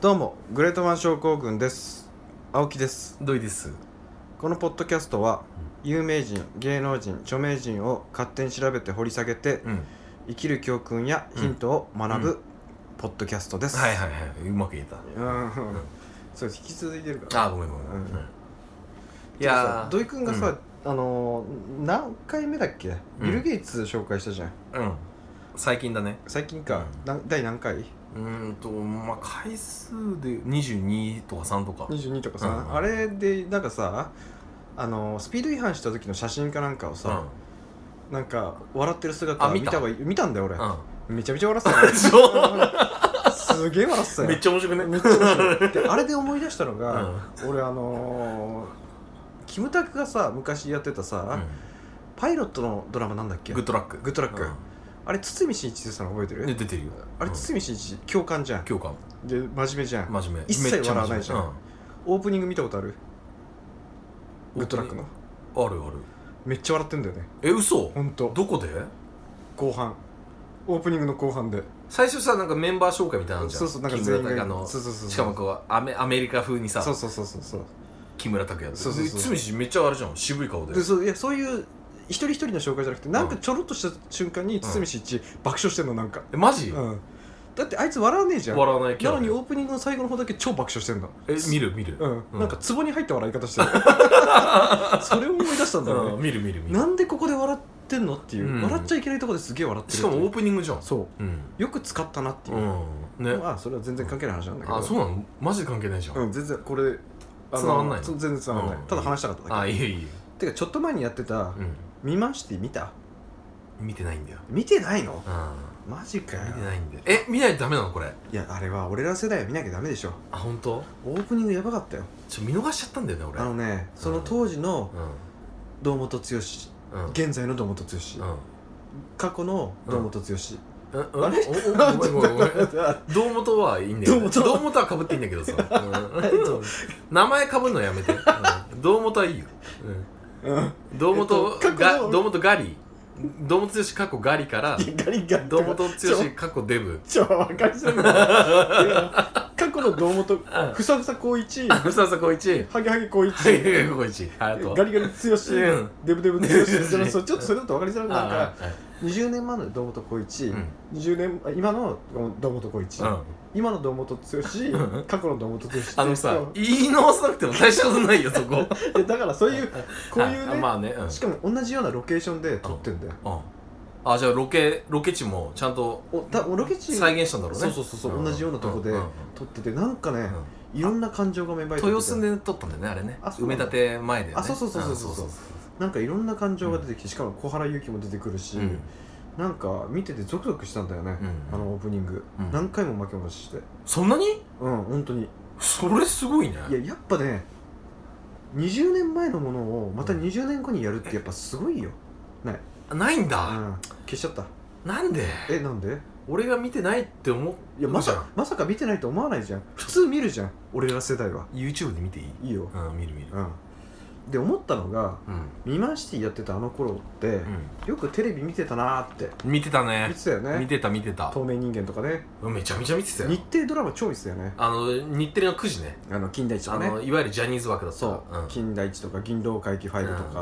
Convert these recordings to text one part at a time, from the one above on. どうもグレートマン症候群です青木ですどいですこのポッドキャストは有名人芸能人著名人を勝手に調べて掘り下げてうん生きる教訓やヒントを学ぶポッドキャストです、はいはいはいうまく言えたうんそうです引き続いてるからあーごめんごめん、うんうんいいやー土井くんがさ、あのー何回目だっけうんビル・ゲイツ紹介したじゃん、うん、うん最近だね最近か、な第何回うーんとまあ回数で22とか3とか22とかさ、うんあれでなんかさあのスピード違反した時の写真かなんかをさ、なんか笑ってる姿あ見見たたわ見たんだよ俺、うめちゃめちゃ笑 ってたよすげえ笑ってたん、よめっちゃ面白くねめっちゃ面白いであれで思い出したのうが、俺あのー、キムタクがさ昔やってたさ、んパイロットのドラマなんだっうけん、グッドラックグッドラックあれ堤真一さん覚えてうん、でる出てるよあれうん堤真一教官じゃん教官で真面目じゃん、真面目一切めっち笑わないじゃん真面オープニング見たことある目うんグッドラックのあるあるめっちゃ笑ってんだよねえ嘘ほんとどこで後半オープニングの後半で最初さなんかメンバー紹介みたいなのじゃんそうそうなんか木全村員拓哉がのそうそうそうそうしかもこうアメアメリカ風にさそうそうそうそうそう木村拓哉でそうそうそうで堤氏めっちゃあれじゃん渋い顔ででそういやそういう一人一人の紹介じゃなくてなんかちょろっとした瞬間に堤真一爆笑してんのなんかえマジ、うんだってあいつ笑わねえじゃんな笑わないキャラのでにオープニングの最後の方だけ超爆笑してんのえ見る見るうん、うんなんか壺に入った笑い方 してるそれを思い出したんだようねん、見る見る見るなんでここで笑ってんのっていう、うん笑っちゃいけないとこですげえ笑ってるしかもオーププニングじゃんそううん、よく使ったなっていう、うん、ねまあそれは全然関係ない話なんだけどあそうなのマジで関係ないじゃん、うん全然これあの繋がんないのそう全然繋がんない、うんただ話したかっただけあいえいてかちょっと前にやってたえ、うん、 「見まして見た見てないんだよ、見てないのうマジかん、見よてないんだよえ見ないとダメなのこれいやあれは俺ら世代は見なきゃダメでしょあ本当？オープニングやばかったよちょ見逃しちゃったんだよね俺あのねその当時の堂本剛現うんうん在の堂本剛うん過去の堂本剛えあれおおごめんごめんごめん堂本はいいんだよ、ね、堂堂本本はかぶっていいんだけ どさ、うん、名前かぶるのやめて、うん、堂本はいいよ、うんうん、堂本えっと過が去の堂本ガリ堂本剛過去ガリ からガリガリ堂本剛過去デブちょ分かりづ らいいや過去の堂本うんふさふさ光一あふさふさこいちハゲハゲ光一はいここいちあとガリガリ剛うんデブデブ剛そのそうちょっとそれだと分かりづらくなるからああはい20年前の堂本光一、うん20年あ今の堂本光一、うん今の堂本 剛うん過去の堂本剛っていう人あのさ言い直さなくても大したことないよそこいやだからそういうこういうね、あまあねうんしかも同じようなロケーションで撮ってんだよ、うんあじゃあロケロケ地もちゃんとおたロケ地再現したんだろうねそうそうそうそう、同じようなとこでんうん撮っててなんかね、うんいろんな感情が芽生えてて豊洲で撮ったんだよねあれねあそうな埋めんだ立て前でねあそうそうそうそうそうんなんかいろんな感情が出てきてしかも小原ゆきも出てくるし、うんなんか見ててゾクゾクしたんだよね、うあんのオープニング、うん何回も巻き戻ししてそんなにうん本当にそれすごいねいややっぱね20年前のものをまた20年後にやるってやっぱすごいよ、ないんうだん、消しちゃったなんでえなんで俺が見てないって思いやまうじゃさんまさか見てないと思わないじゃん普通見るじゃん俺ら世代は YouTube で見ていいいいようん見る見るうんで思ったのがう「ん見ましてやってたあの頃って、よくテレビ見てたなーってうん見てたね見てたよ見ねてた見てた透明人間とかねうんめちゃめちゃ見てたよ日程ドラマ超見てたよねあの日テレの9時ねあの金田一とあかのねいわゆるジャニーズ枠だったそう、ん金田一とか銀狼会議うん5とか、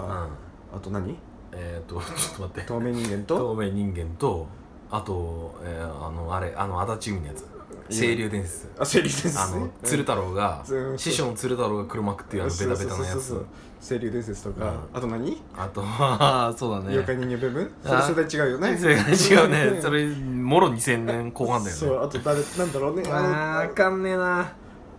うんあと何えーっと ちょっと待って透明人間と透明人間とあとえーあのあれあの足立海のやつ清流伝説あ清流伝説あの鶴太郎がうん師匠の鶴太郎が黒幕っていうあのベタベタのやそうそうそうつそう清流伝説とか、うんあと何、あ とはそうだね妖怪人間ブームそあれ世代違うよ ねそれ違うねそれもろ2000年後半だそよねうあと誰なんだろうねああーわかんねえな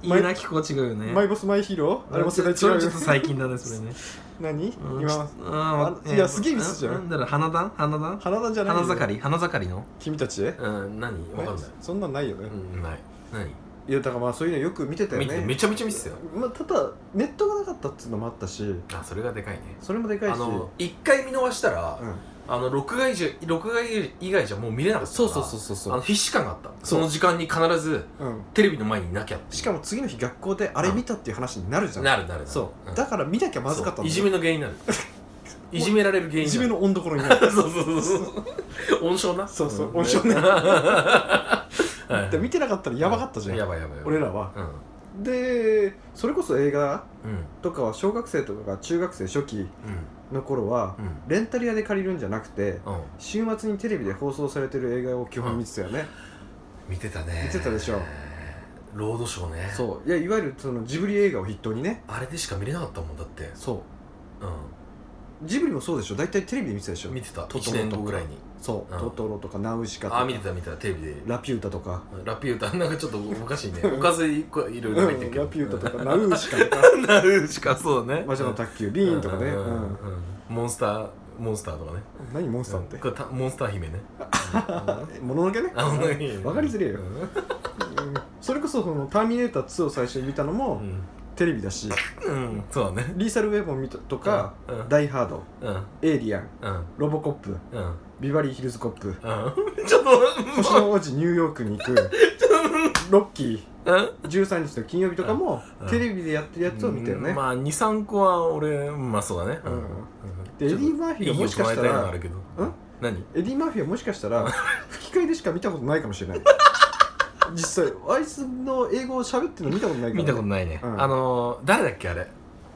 マイいなき子は違うよのねマイボスマイヒーローあれも世代違それうちょよっと最近だねそれ ね何うん今ああいやすげえミスじゃんなんだろう花壇花壇花田じゃないよ花盛り花盛りの君たちへうん何わかんないそんなんないよね、うんない何いやだからまあそういうのよく見てたよ見てねめちゃめちゃ見てたよまあ、ただネットがなかったっていうのもあったしあそれがでかいねそれもでかいしあの一回見逃したらうん、あの録画以上録画以外じゃもう見れなかったかそうらそうそうそうあそのう、必死感があったそうその時間に必ずうん、テレビの前にいなきゃってしかも次の日学校であれ見たっていう話になるじゃんなるなるなるそう、んだから見なきゃまずかったんだそうよいじめの原因にな るいじめられる原因いにじなめ るの温所になるそうそうそうそう温床なそうそう温温床床ねなは いで見てなかったらやばかったじゃん、やばいやばいやばい俺らはうんでそれこそ映画うんとかは小学生とかが中学生初期の頃はうんレンタル屋で借りるんじゃなくてうんうん週末にテレビで放送されてる映画を基本見てたよね、見てたね見てたでしょロードショーねそういやいわゆるそのジブリ映画を筆頭にねあれでしか見れなかったもんだってそうジブリもそうでしょ大体テレビで見てたでしょん見てたトトロと1か年後ぐらいにそう、うんトトロとかナウシカとあかあ見てた見てたテレビでラピュータとか、ラピュータなんかちょっとおかしいねおかずいこいろうん、いろラ入ってるけどピュータとか かナウシカとかなるしかそうだね魔女の宅急便とかね、うんうんうんうんモンスターモンスターとかね何モンスターってこ、れたモンスター姫ねえもののけねあのねわかりづれえよ、うんそれこそその「ターミネーター2」を最初に見たのうもんテレビだし、うんそうだねリーサルウェポン見たとか、うんうんダイ・ハードうん」 「エイリアン」うん「ロボコップ」うん「ビバリーヒルズコップ」うんちょっと「星の王子ニューヨークに行く」 「ロッキうんー」13日の金曜日とかもうんテレビでやってるやつを見たよね、まあ23個は俺まあそうだねうんちでエょっデとィ・マーフィーがもしかしたいいよ加えいのあらるけどうん何エディ・マーフィーはもしかした ら吹き替えでしか見たことないかもしれない実際あいつの英語を喋ってるの見たことないから、見たことないねうんあのー誰だっけあれ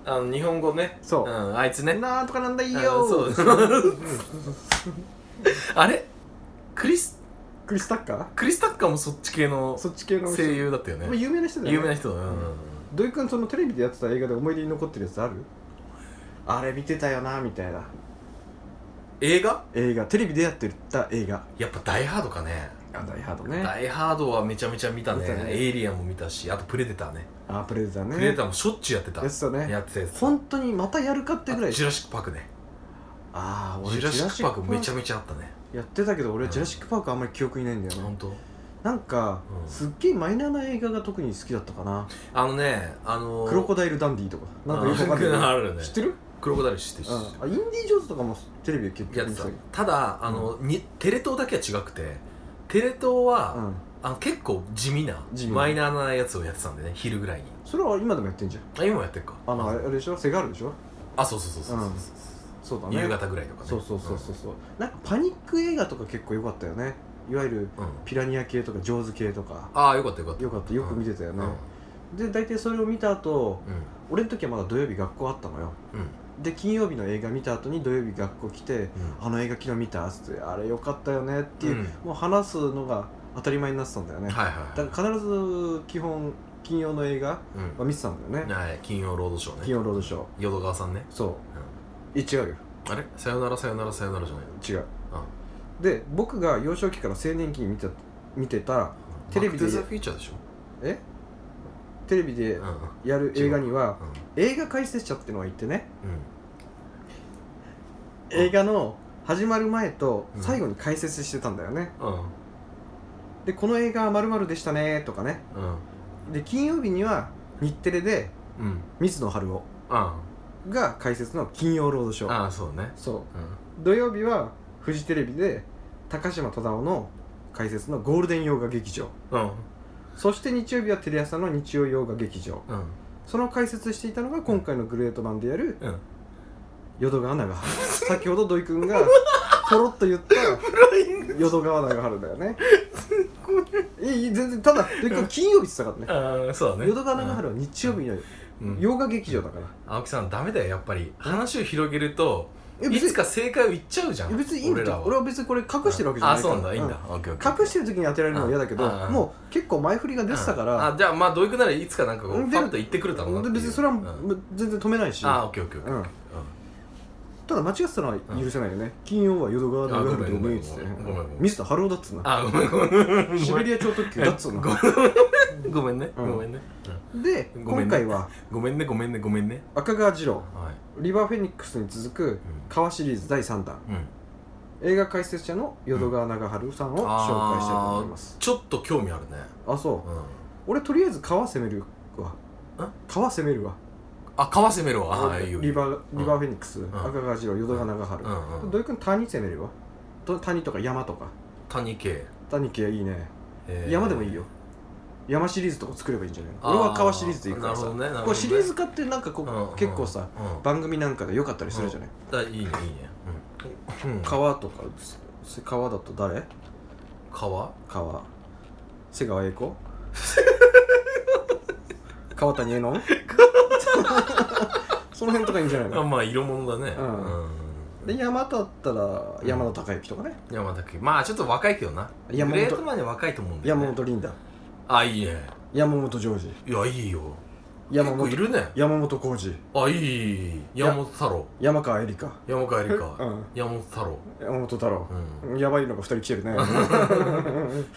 あの日本語ねそうんあいつねなんとかなんだいいようんそうあれクリスクリス・タッカクリスタッカーもそっち系のーそっち系の人声優だったよまあね有名な人だよね有名な人だねうん土井君そのテレビでやってた映画で思い出に残ってるやつあるあれ見てたよなみたいな映画映画テレビでやってた映画やっぱ「ダイ・ハード」かねあダイハード「ダイ・ハード」はめちゃめちゃ見たね見たねエイリアンも見たしあと「プレデター」ねあプレデターねプレデターもしょっちゅうやってたやってたねやってたやつ本当にまたやるかってぐらいジュラシック・パークねああジ俺ュラシック・パークめちゃゃめちゃあったねやってたけど俺うんジュラシック・パークあんまり記憶にないんだよ本な当。なんかうんすっげえマイナーな映画が特に好きだったかなあのねあのークロコダイル・ダンディとかなんかよくわかんあないあるね知ってるクロコダイル知ってるうんあインディ・ジョーンズとかもテレビで結や局っ見ててたたけどただあの、にテレ東だけは違くてテレ東は、うんあの結構地味な地味なマイナーなやつをやってたんでね昼ぐらいにそれは今でもやってんじゃんあ今もやってるかあのあれでしょセガールでしょあそうそうそうそうそううんそうだね夕方ぐらいとかねそうそうそうそうそうなんかパニック映画とか結構良かったよねいわゆるうん、うんピラニア系とかジョーズ系とかああよかったよかったよかったよく見てたようんうねでん、大体それを見た後俺の時はまだ土曜日学校あったのようんうんで金曜日の映画見た後に土曜日学校来て「あの映画昨日見た?」っつって「あれ良かったよね」っていう、うんもう話すのが当たり前になってたんだよね、はいはいだから必ず基本金曜の映画うんは見てたんだよねはい金曜ロードショーね金曜ロードショー淀川さんね、そううえ違うよん、あれさよならさよならさよならじゃな違いうで僕が幼少期から青年期に見てた見てたのテレビでバック・トゥ・ザ・フューチャーでしょえテレビでうんうんやる映画にはうん映画解説者ってのがいてねうんうん映画の始まる前とうん最後に解説してたんだよね、うんでこの映画はまるでしたねとかねうんで金曜日には日テレでうん水野晴夫あが解説の金曜ロードショーあそうねそううん土曜日はフジテレビで高島忠夫の解説のゴールデン洋画劇場うんそして日曜日はテレ朝の日曜洋画劇場うんその解説していたのが今回のグレートマンでやるうん淀川長春先ほど土井君 がポロッと言った淀川長春だよねいいいい全然ただ土井君金曜日って言ってたかああそうらだねね淀川長春は日曜日のうん洋画劇場だから、青木さんダメだよやっぱり話を広げるとえい別につか正解を言っちゃうじゃいやん別にいいんだ俺けらどは俺は別にこれ隠してるわけじゃないからあそうなんだいいんだ、オッケーオッケー隠してる時に当てられるのは嫌だけどああもう結構前振りが出てたかうんら、あじゃあまあどういくならいつかなんかこううんパッと言ってくるだろうなってでいう別にそれはうんむ全然止めないし、あオッケーオッケーオッケーうんうんただ間違ってたのは許せないよね、金曜は淀川長春でおめえっつってあごめんごめんごめんごめんミスターハローだっつうなあごめんごめんごめんシベリア超特急だっつうごなめんごめんねうごんめんねでごめんね今回はごめんねごめんねごめんね赤川次郎はいリバーフェニックスに続く川シリーズ第3弾うん映画解説者の淀川長春さんを紹介したいと思います、ちょっと興味あるねあそううん俺とりあえず川攻めるわん川攻めるわあ川攻めろああいいよいいリよバーリバーフェニックス、赤川次郎淀川長春、うんうん土井君谷攻めるわと谷とか山とか谷系谷系いいね、えー山でもいいよ山シリーズとか作ればいいんじゃないのあー俺は川シリーズでいくからさなるほどねなるほどねこれシリーズ化ってなんかこう、うんうん結構さうん番組なんかで良かったりするじゃない、だいいねいいねうんうん川とか川だと誰川川瀬川栄子 川谷絵 音その辺とかいいんじゃないあのまあ色物だねうんうんで山だったら山田孝之とかね山田君まあちょっと若いけどな山グ本レートマンには若いと思うんだよ、ね、山本リンダあいいね山本ジョージいやいいよ結山構い本るね山本浩二あいい山本太郎山川絵里香山川絵里香、うん山本太郎、山本太郎う、ん、やばいのが2人来てるね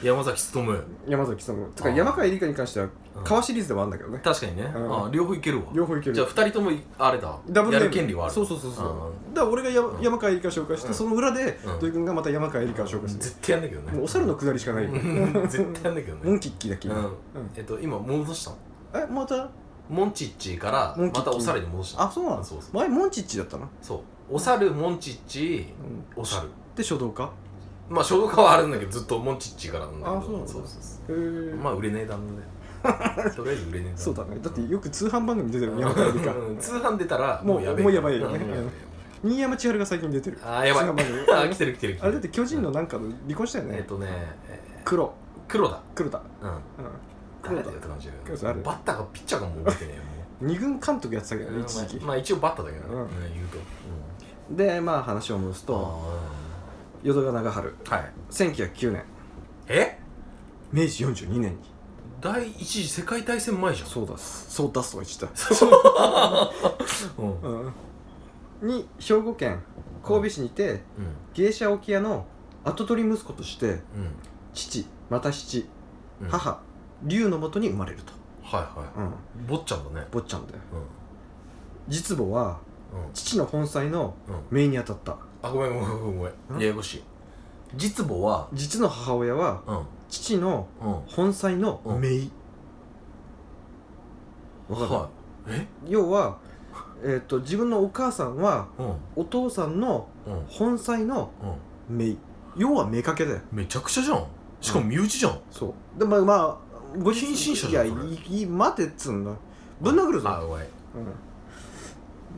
山崎努 山崎さんとかあー山川絵里香に関してはうん川シリーズではあるんだけどね確かにね、うんあ両方いけるわ両方いけるじゃあ二人ともいあれだダブルやネームる権利はあるそうそうそうそううだから俺がやん山川絵里香紹介して、うんその裏でうん土井君がまた山川絵里香を紹介んする、絶対やんだけどねもうお猿のくだりしかないよ、うん 絶対やんだけどねモンキッキーだっけ、うんうんえっと今戻したのえまたモンチッチからモンまチッチたお猿に戻したのあそうなんですそうそう前モンチッチだったな、そうお猿モンチッチうん、お猿で書道家まあ書道家はあるんだけどずっとモンチッチからなんだけどあそうなんだそうそうそへーうまあ売れねえだん だよとりあえず売れねえそうだねだってうんよく通販番組出てる山川絵里香うん通販出たらもうもうやばいよよねねうん新山千春が最近出てるあーやばい通販番組あー来てる来てる来てるあれだって巨人のなんかの離婚したよえっねとねえー黒黒だ黒田うん黒誰田だよって感じだ黒よ田あるねバッターがピッチャーがもう覚えてねえよもう二軍監督やってたけどね一時期まあまあ一応バッターだけどねうんうん言うとでまあ話を戻すとあ淀川長春ーはい1909年え明治42年に第一次世界大戦前じゃんそうだすそうだすとか言って うんうんた、うん、に兵庫県神戸市にて芸者置屋の跡取り息子として父また父うん母龍のもとに生まれると、はいはうん、い坊ちゃんだね坊ちゃんだようん実母はうん父の本妻のうん姪に当たったあごめんごめんごめんごめんんややこしい実母は実の母親はうん父のうん本妻の姪わかる、はいえ要は、えー、と自分のお母さんはうんお父さんのうん本妻のうん姪要は妾だよめちゃくちゃじゃんしかも身内じゃんそうでまあまあご近親者いじゃやんいそれい待てっつうんだぶん殴るぞ、あおいうん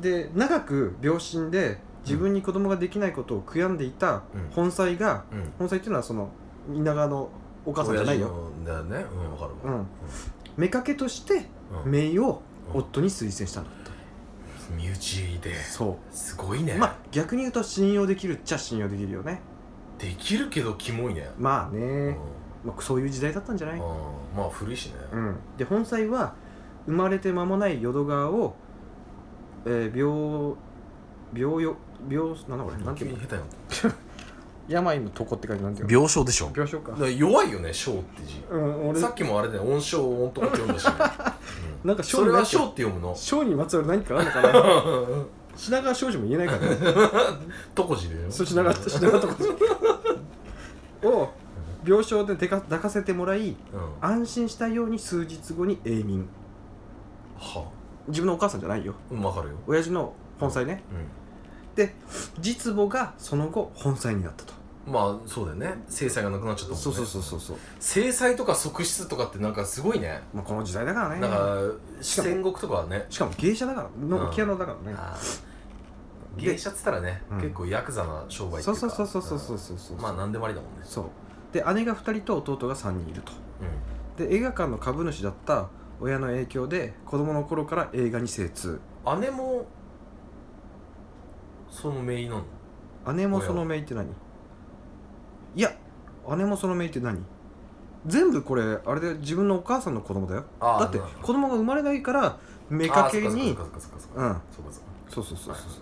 で長く病身で自分に子供ができないことを悔やんでいたうん本妻がうん本妻っていうのはその稲川のお母さんじゃないよだよねうんわかるうわん妾としてうん姪をうん夫に推薦したんだっ身内でてそすごいねうまあ逆に言うと信用できるっちゃ信用できるよねできるけどキモいねまあうんね、まあ、そういう時代だったんじゃない、うんまあ古いしねうん、で本妻は生まれて間もない淀川を、えー、病病よ病なんだこれなんて急いうにの下手よ病の床って書いてなんていうの病床でしょ病床かだから弱いよね「小」って字うん俺さっきもあれだよ音章音とかって読んだしね うなんか章それは「に小」って読むの 章にまつわる何かあるの かな品川庄司も言えないから ねとこ字でよそう品川品川と かを病床で出か抱かせてもらいうんは安心したように数日後に永眠自分のお母さんじゃないようんわかるよ親父の本妻ねで実母がその後本妻になったとうんまあそうだよね制裁がなくなっちゃったもんねそうそう、制裁とか側室とかってなんかすごいねまあ、この時代だからねなんか戦国とかはねしかも芸者だからうのんピアノだからねあーで芸者っつったらねうん結構ヤクザな商売ってそいううそかうそうそうそうそううんそうそうまあ何でもありだもんねそうで姉が2人と弟が3人いるとうんで映画館の株主だった親の影響で子供の頃から映画に精通姉もその姪なの姉もその姪って何いや姉もその姪って何全部これあれで自分のお母さんの子供だよあーだってなるほど子供が生まれないから妾にあーそっかそっかそっうかんそっかそそっかそっかそっかうそうそうそう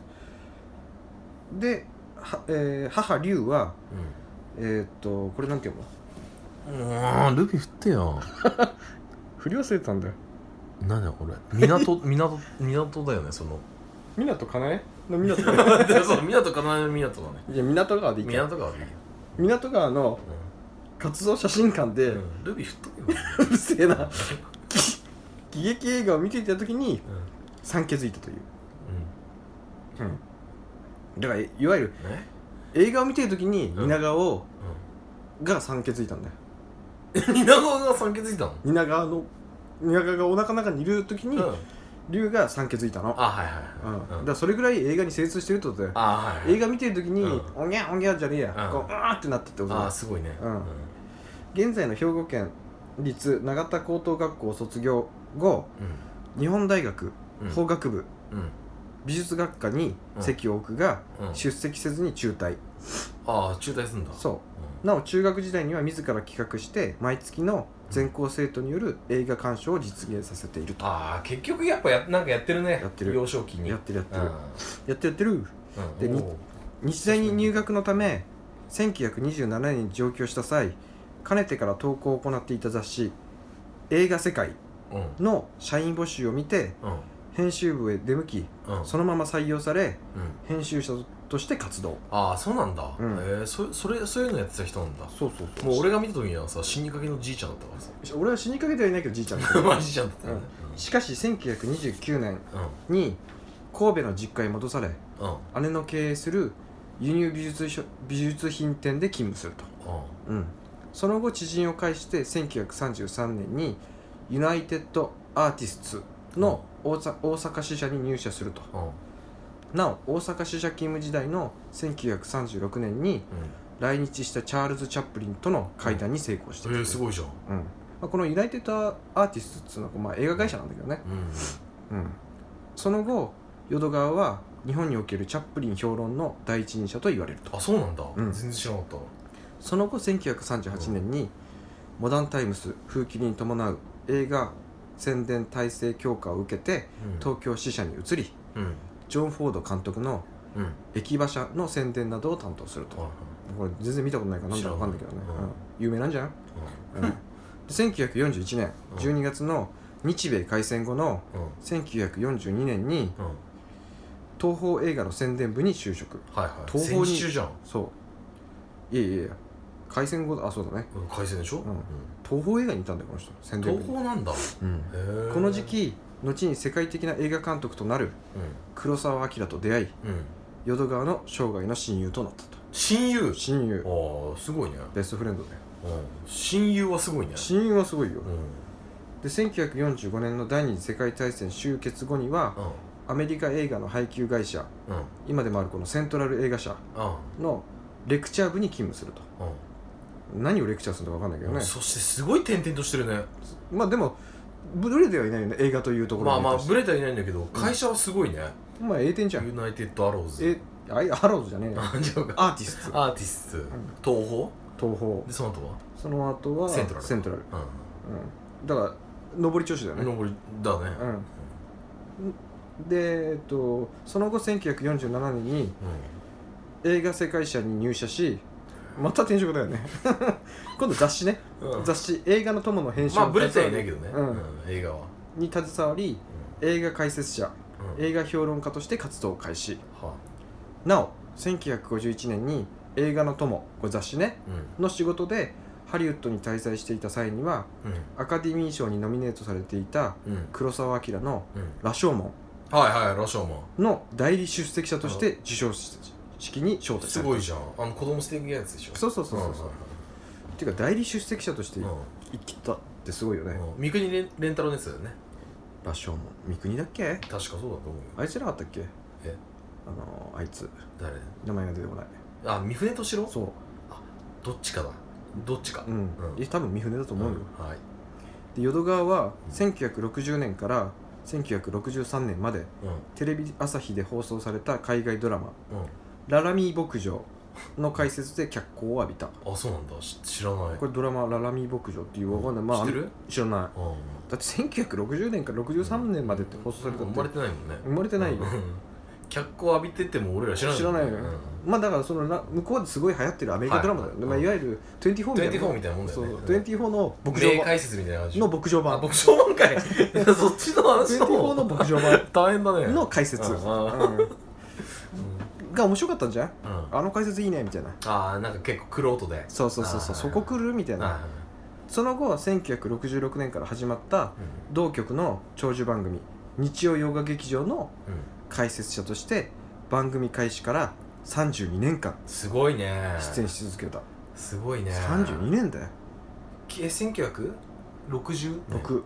はいでは、えー母龍はえうーっとこれなんて読むのんうーんルビー振ってよ振り忘れてたんだよなんだよこれ港 港港だよねその港かなえの港 そう港かな港だねいや港川でいいか港川でいいよ港川の活動写真館で、うんうんルビー振っとけようるせえな喜劇映画を見ていた時にうん産気づいたという、うんだからいわゆるえ映画を見ている時にうん蜷川を、が産気づいたんだようん稲川が産気づいたの蜷川の蜷川がお腹の中にいる時にうん龍、が産気づいたのあはいうはん、いはいだからそれぐらい映画に精通してるってことだよあはいはい映画見てる時に、うおにゃおにゃじゃねえや、うんこううわーってなったってことだあよーすごいねうん現在の兵庫県立永田高等学校を卒業後う日本大学んうん法学部、うん美術学科に籍を置くが、うん出席せずに中退、ああ中退するんだそううなお中学時代には自ら企画して毎月の全校生徒による映画鑑賞を実現させていると、ああ結局やっぱやなんかやってるねやってる幼少期にやってるやってる、やってるやってるうんでにおう日大に入学のため1927年に上京した際かねてから投稿を行っていた雑誌「映画世界うん」の社員募集を見てうん編集部へ出向きうんそのまま採用されうん編集者として活動ああそうなんだ、うんえー、そそれそういうのやってた人なんだそうそうもう俺が見た時にはさ死にかけのじいちゃんだったからさ 俺は死にかけてはいないけどじいちゃんだまあじいちゃんだったよねしかし1929年うんに神戸の実家へ戻されうん姉の経営する輸入美術所美術品店で勤務するとうんうん、その後知人を介して1933年にユナイテッド・アーティスツの大阪大阪支社に入社するとうんうんなお大阪支社勤務時代の1936年に来日したチャールズ・チャップリンとの会談に成功してえー、すい、ごいじゃんうんまあ、このユナイテッド・アーティスツっていうのはこうまあ映画会社なんだけどね、うんうん、その後淀川は日本におけるチャップリン評論の第一人者と言われるとあそうなんだ、ん全然知らなかったその後1938年にモダンタイムス風紀に伴う映画宣伝体制強化を受けてうん東京支社に移りうんジョン・フォード監督のうんはい駅馬車の宣伝などを担当するとはいこれ全然見たことないからなんだか分かんないけどね、知らないうん有名なんじゃん、うん、 で1941年12月の日米開戦後のうんうん1942年にうん東宝映画の宣伝部に就職はいはい東方に戦時中じゃんそういやいやいや開戦後だあそうだねうん海鮮でしょ、うん東宝映画にいたんだよこの人宣伝部東に方なんだへうんえこの時期後に世界的な映画監督となる黒澤明と出会いうん、うん、淀川の生涯の親友となった親友と親友ああすごいね、ベストフレンドだようん、親友はすごいね親友はすごいようんうんで1945年の第二次世界大戦終結後にはアメリカ映画の配給会社うんうん今でもあるこのセントラル映画社のレクチャー部に勤務するとうん何をレクチャーするのか分かんないけどねそしてすごい点々としてるねまあでもブレではいないよね映画というところまあにまあ対してブレてはいないんだけど会社はすごいね、まあ A 点じゃんユナイテッドアローズ えあいアローズじゃねえよあ違うかアーティスト アーティスト、ん東宝東宝でその後はその後はセントラルセントラルううんだから上り調子だよんね、上りだねうん、で、えっと、その後1947年に映画世界社に入社しまた転職だよね 今度雑誌ね、うん、うん雑誌「映画の友」の編集まにあブレてはいない携けどね、うんうん映画は、わり映画解説者うんうん映画評論家として活動を開始はなお1951年に「映画の友」これ雑誌ねうんの仕事でハリウッドに滞在していた際にはアカデミー賞にノミネートされていたうんうん黒澤明のうん「羅生門」はいはいラショーマの代理出席者として受賞式に招ン待すされたごいじゃんあの子供捨てるやつでしょそうそうそうそう、っんていうか代理出席者としてうん生きたってすごいよね、うん三國連連太郎のやつだよね羅生門三国だっけ確かそうだと思うよあいつらあったっけえあのー、あいつ誰名前が出てこないあ三船敏郎そどっちかだどっちかううん、うんいや多分三船だと思うよ、んはいで淀川はうん1960年から1963年までうんテレビ朝日で放送された海外ドラマう「ララミー牧場」の解説で脚光を浴びたんあそうなんだし知らないこれドラマ「ララミー牧場」っていうわかんない、まあ知ってる知らないうんだって1960年から63年までって放送されたって生まれてないもんね生まれてないようん脚光浴びてても俺ら知らない知らないよねうんまあだからそのな向こうですごい流行ってるアメリカドラマだよね、はいいまあ、いわゆる24みたいな24みたいなもんだよそうねそう24の牧霊場版解説みたいな感じの牧場あ版牧場版 かい そっちの話24のも牧場版大変だねの解 説、ううんうんんが面白かったんじゃんうんあの解説いいねみたいなああなんか結構玄人でそうそうそうそうそこ来るみたいなあその後は1966年から始まったーうん同局の長寿番組日曜洋画劇場のうん解説者として番組開始から32年間すごいね出演し続けたすごいね32年だよえ1960年六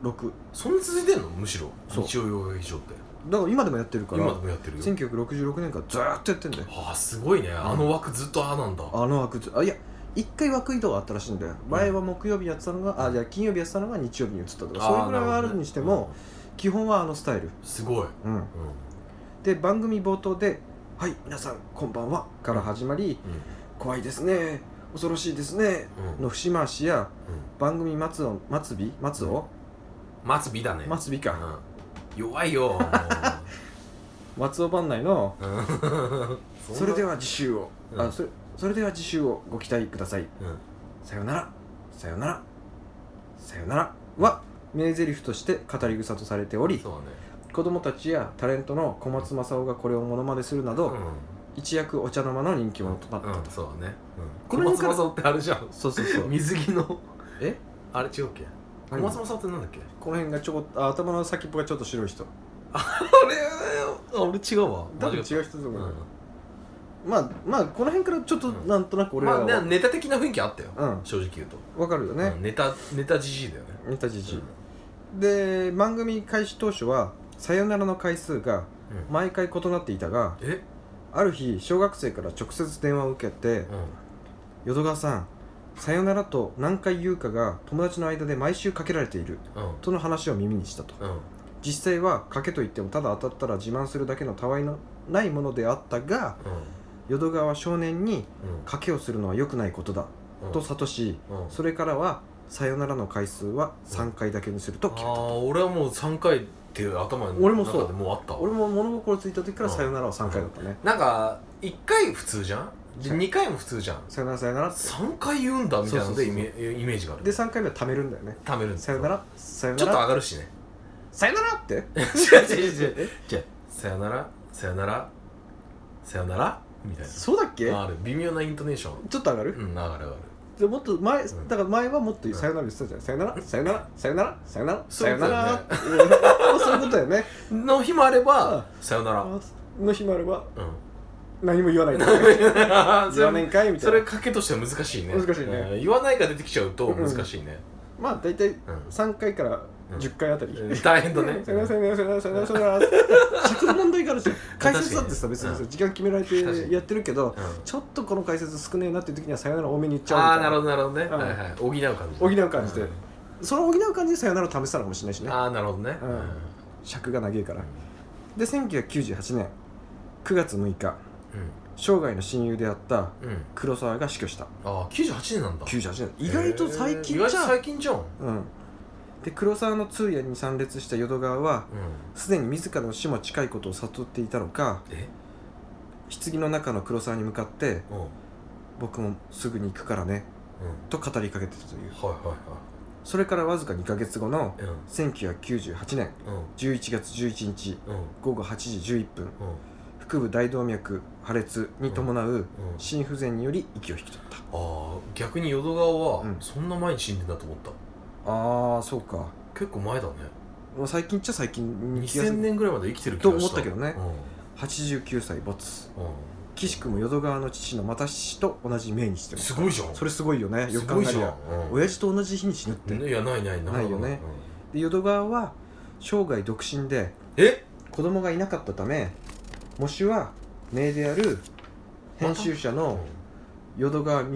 六そんな続いてんのむしろそう日曜洋画劇場ってだから今でもやってるか今らでもやってるよ1966年からずーっとやってんだよああすごいねあの枠ずっとああなんだあの枠ずあいや一回涌井とかあったらしいんだよ前は木曜日やってたのが、あじゃあ金曜日やってたのが日曜日に移ったとかそういうぐらいはあるにしても、基本はあのスタイル、うんすごい、うん、うんで番組冒頭で「はい皆さんこんばんは」から始まり「怖いですね恐ろしいですね」うんうんの節回しやうん番組末を末尾末尾末尾だね、末尾かうん、弱いよ も松尾番内のううん「それでは、は次週を」うんあそれそれでは次週をご期待くださいうんさよならさよならさよならは名台詞として語り草とされておりそうだね子供たちやタレントの小松政夫がこれをモノマネするなど、ん一躍お茶の間の人気者となったと、うん、そうだね、うん、こ小れに松政夫ってあれじゃんそうそうそう水着のえあれ違うっけ小松政夫ってなんだっけこの辺がちょこっとあ頭の先っぽがちょっと白い人あれあ俺違うわ多分違う、う人だとう思う、ん、まあまあこの辺からちょっとうんなんとなく俺らまは、あねネタ的な雰囲気あったよ、うん正直言うと、わかるようね、んネタネタじじいだよね見たじじいで番組開始当初は「さよなら」の回数がうんうん毎回異なっていたがえ、ある日小学生から直接電話を受けてう「淀川さんさよならと何回言うかが友達の間で毎週かけられている」んとの話を耳にしたとうんうん実際は賭けといってもただ当たったら自慢するだけのたわいのないものであったが淀川少年にうん賭けをするのは良くないことだうんと諭しうんそれからはさよならの回数は3回だけにすると決あめたあ俺はもう3回っていう頭の中で俺もそうもうあったわ俺も物心ついた時からうんさよならは3回だったねなんか1回普通じゃんで2回も普通じゃんさよならさよならって3回言うんだみたいなのでそイうそうメイメージがあるで3回目は貯めるんだよね貯めるんですさよよならさよなちょっとら上がるしねさよならって違う違う違う えじゃあさよならさよならさよならみたいそうだっけちなょある微妙なイントネーションっと上がるうん上がる上がるでもっと前うんだから前はもっとんさよなら言ってたじゃんさよならさよならさよならさよならさそういうよこなとだらっていうよね そういうことだよねの日もあればあさよならの日もあればうん 何も言わないとかね言わないんかいみたそいなれ賭けとしては難しいね難しいねうん言わないが出てきちゃうと難しいねまあ大体うん3回から10回あたりうん大変だねさよならさよならさよならさよならさよなら尺の問題があるし解説だってさ別にさうん時間決められ確かてにやってるけどうんちょっとこの解説少ねえなっていう時にはさよなら多めに言っちゃうみあたあいななるほどなるほどね、うんはいはい補う感じ補う感じでんその補う感じでさよならを試したのかもしれないしねああなるほどね、うん尺が長いからで1998年9月6日生涯の親友であったうんうん黒沢が死去したああ98年なんだ98年意外と最近へじーゃ意外とん最近じゃん、うん、うんで黒沢の通夜に参列した淀川はすでに自らの死も近いことを悟っていたのかえ棺の中の黒沢に向かってうんうん「僕もすぐに行くからね」と語りかけてたというはいはそれからわずか2ヶ月後のいはい1998年うんうん11月11日うん午後8時11分うん腹部大動脈破裂に伴ううん心不全により息を引き取ったああ逆に淀川うはんそんな前に死んでんだと思った、ああそうか結構前だねもう最近っちゃ最近に気がす2000る年ぐらいまで生きてる気とがした思ったけどねうん89歳没うん岸君も淀川の父の又七と同じ命日ってすごいじゃんそれすごいよねよすくご考いえじりゃゃん、うん親父と同じ日に死ぬってねいやないないないないよねで淀川は生涯独身でうんえ子供がいなかったため喪主は姪である編集者うの淀川道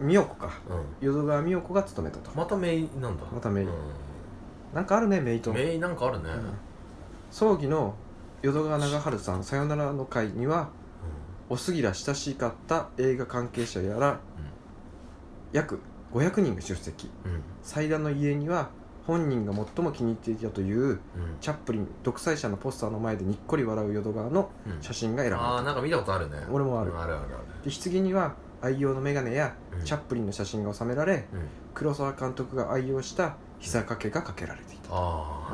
美代子かんうん淀川美代子が務めたとまたメインなんだまたメインうなんかあるねメイトんもメインなんかあるね、うん葬儀の淀川長春さん「さよなら」の会にはお杉ら親しかった映画関係者やら、約500人が出席うんうん祭壇の家には本人が最も気に入っていたといううんチャップリン独裁者のポスターの前でにっこり笑う淀川のうん写真が選ばああれなんか見たことあるねた俺もあるうんあるあるあで棺には愛用の眼鏡やるチャップリンの写真が収められうんうん黒沢監督が愛用した膝掛けがかけられていたあ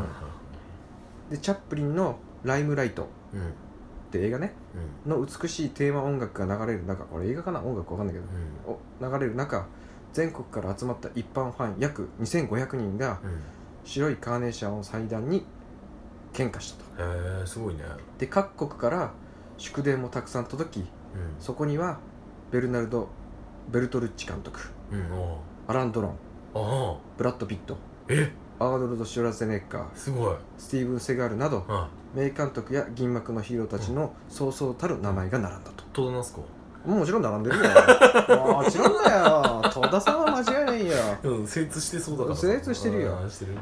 でチャップリンの「ライムライト」っあうんうんて映画ねの美しいテーマ音楽が流れる中これ映画かな音楽わかんないけどうんお流れる中全国から集まった一般ファン約2500人がうん白いカーネーションを祭壇に献花したとへえすごいねで各国から祝電もたくさん届きうんそこにはベルナルド・ベルトルッチ監督うんあアラン・ドロンあああブラッド・ピットえアーノルド・シュラゼネッガーすごいスティーブン・セガールなどは名監督や銀幕のヒーローたちのそうそうたる名前が並んだといトドナスコうんもちろん並んでるよ もちろんだよ戸田さんは間違いないようん、精通してそうだから精通してるようんしてる、うん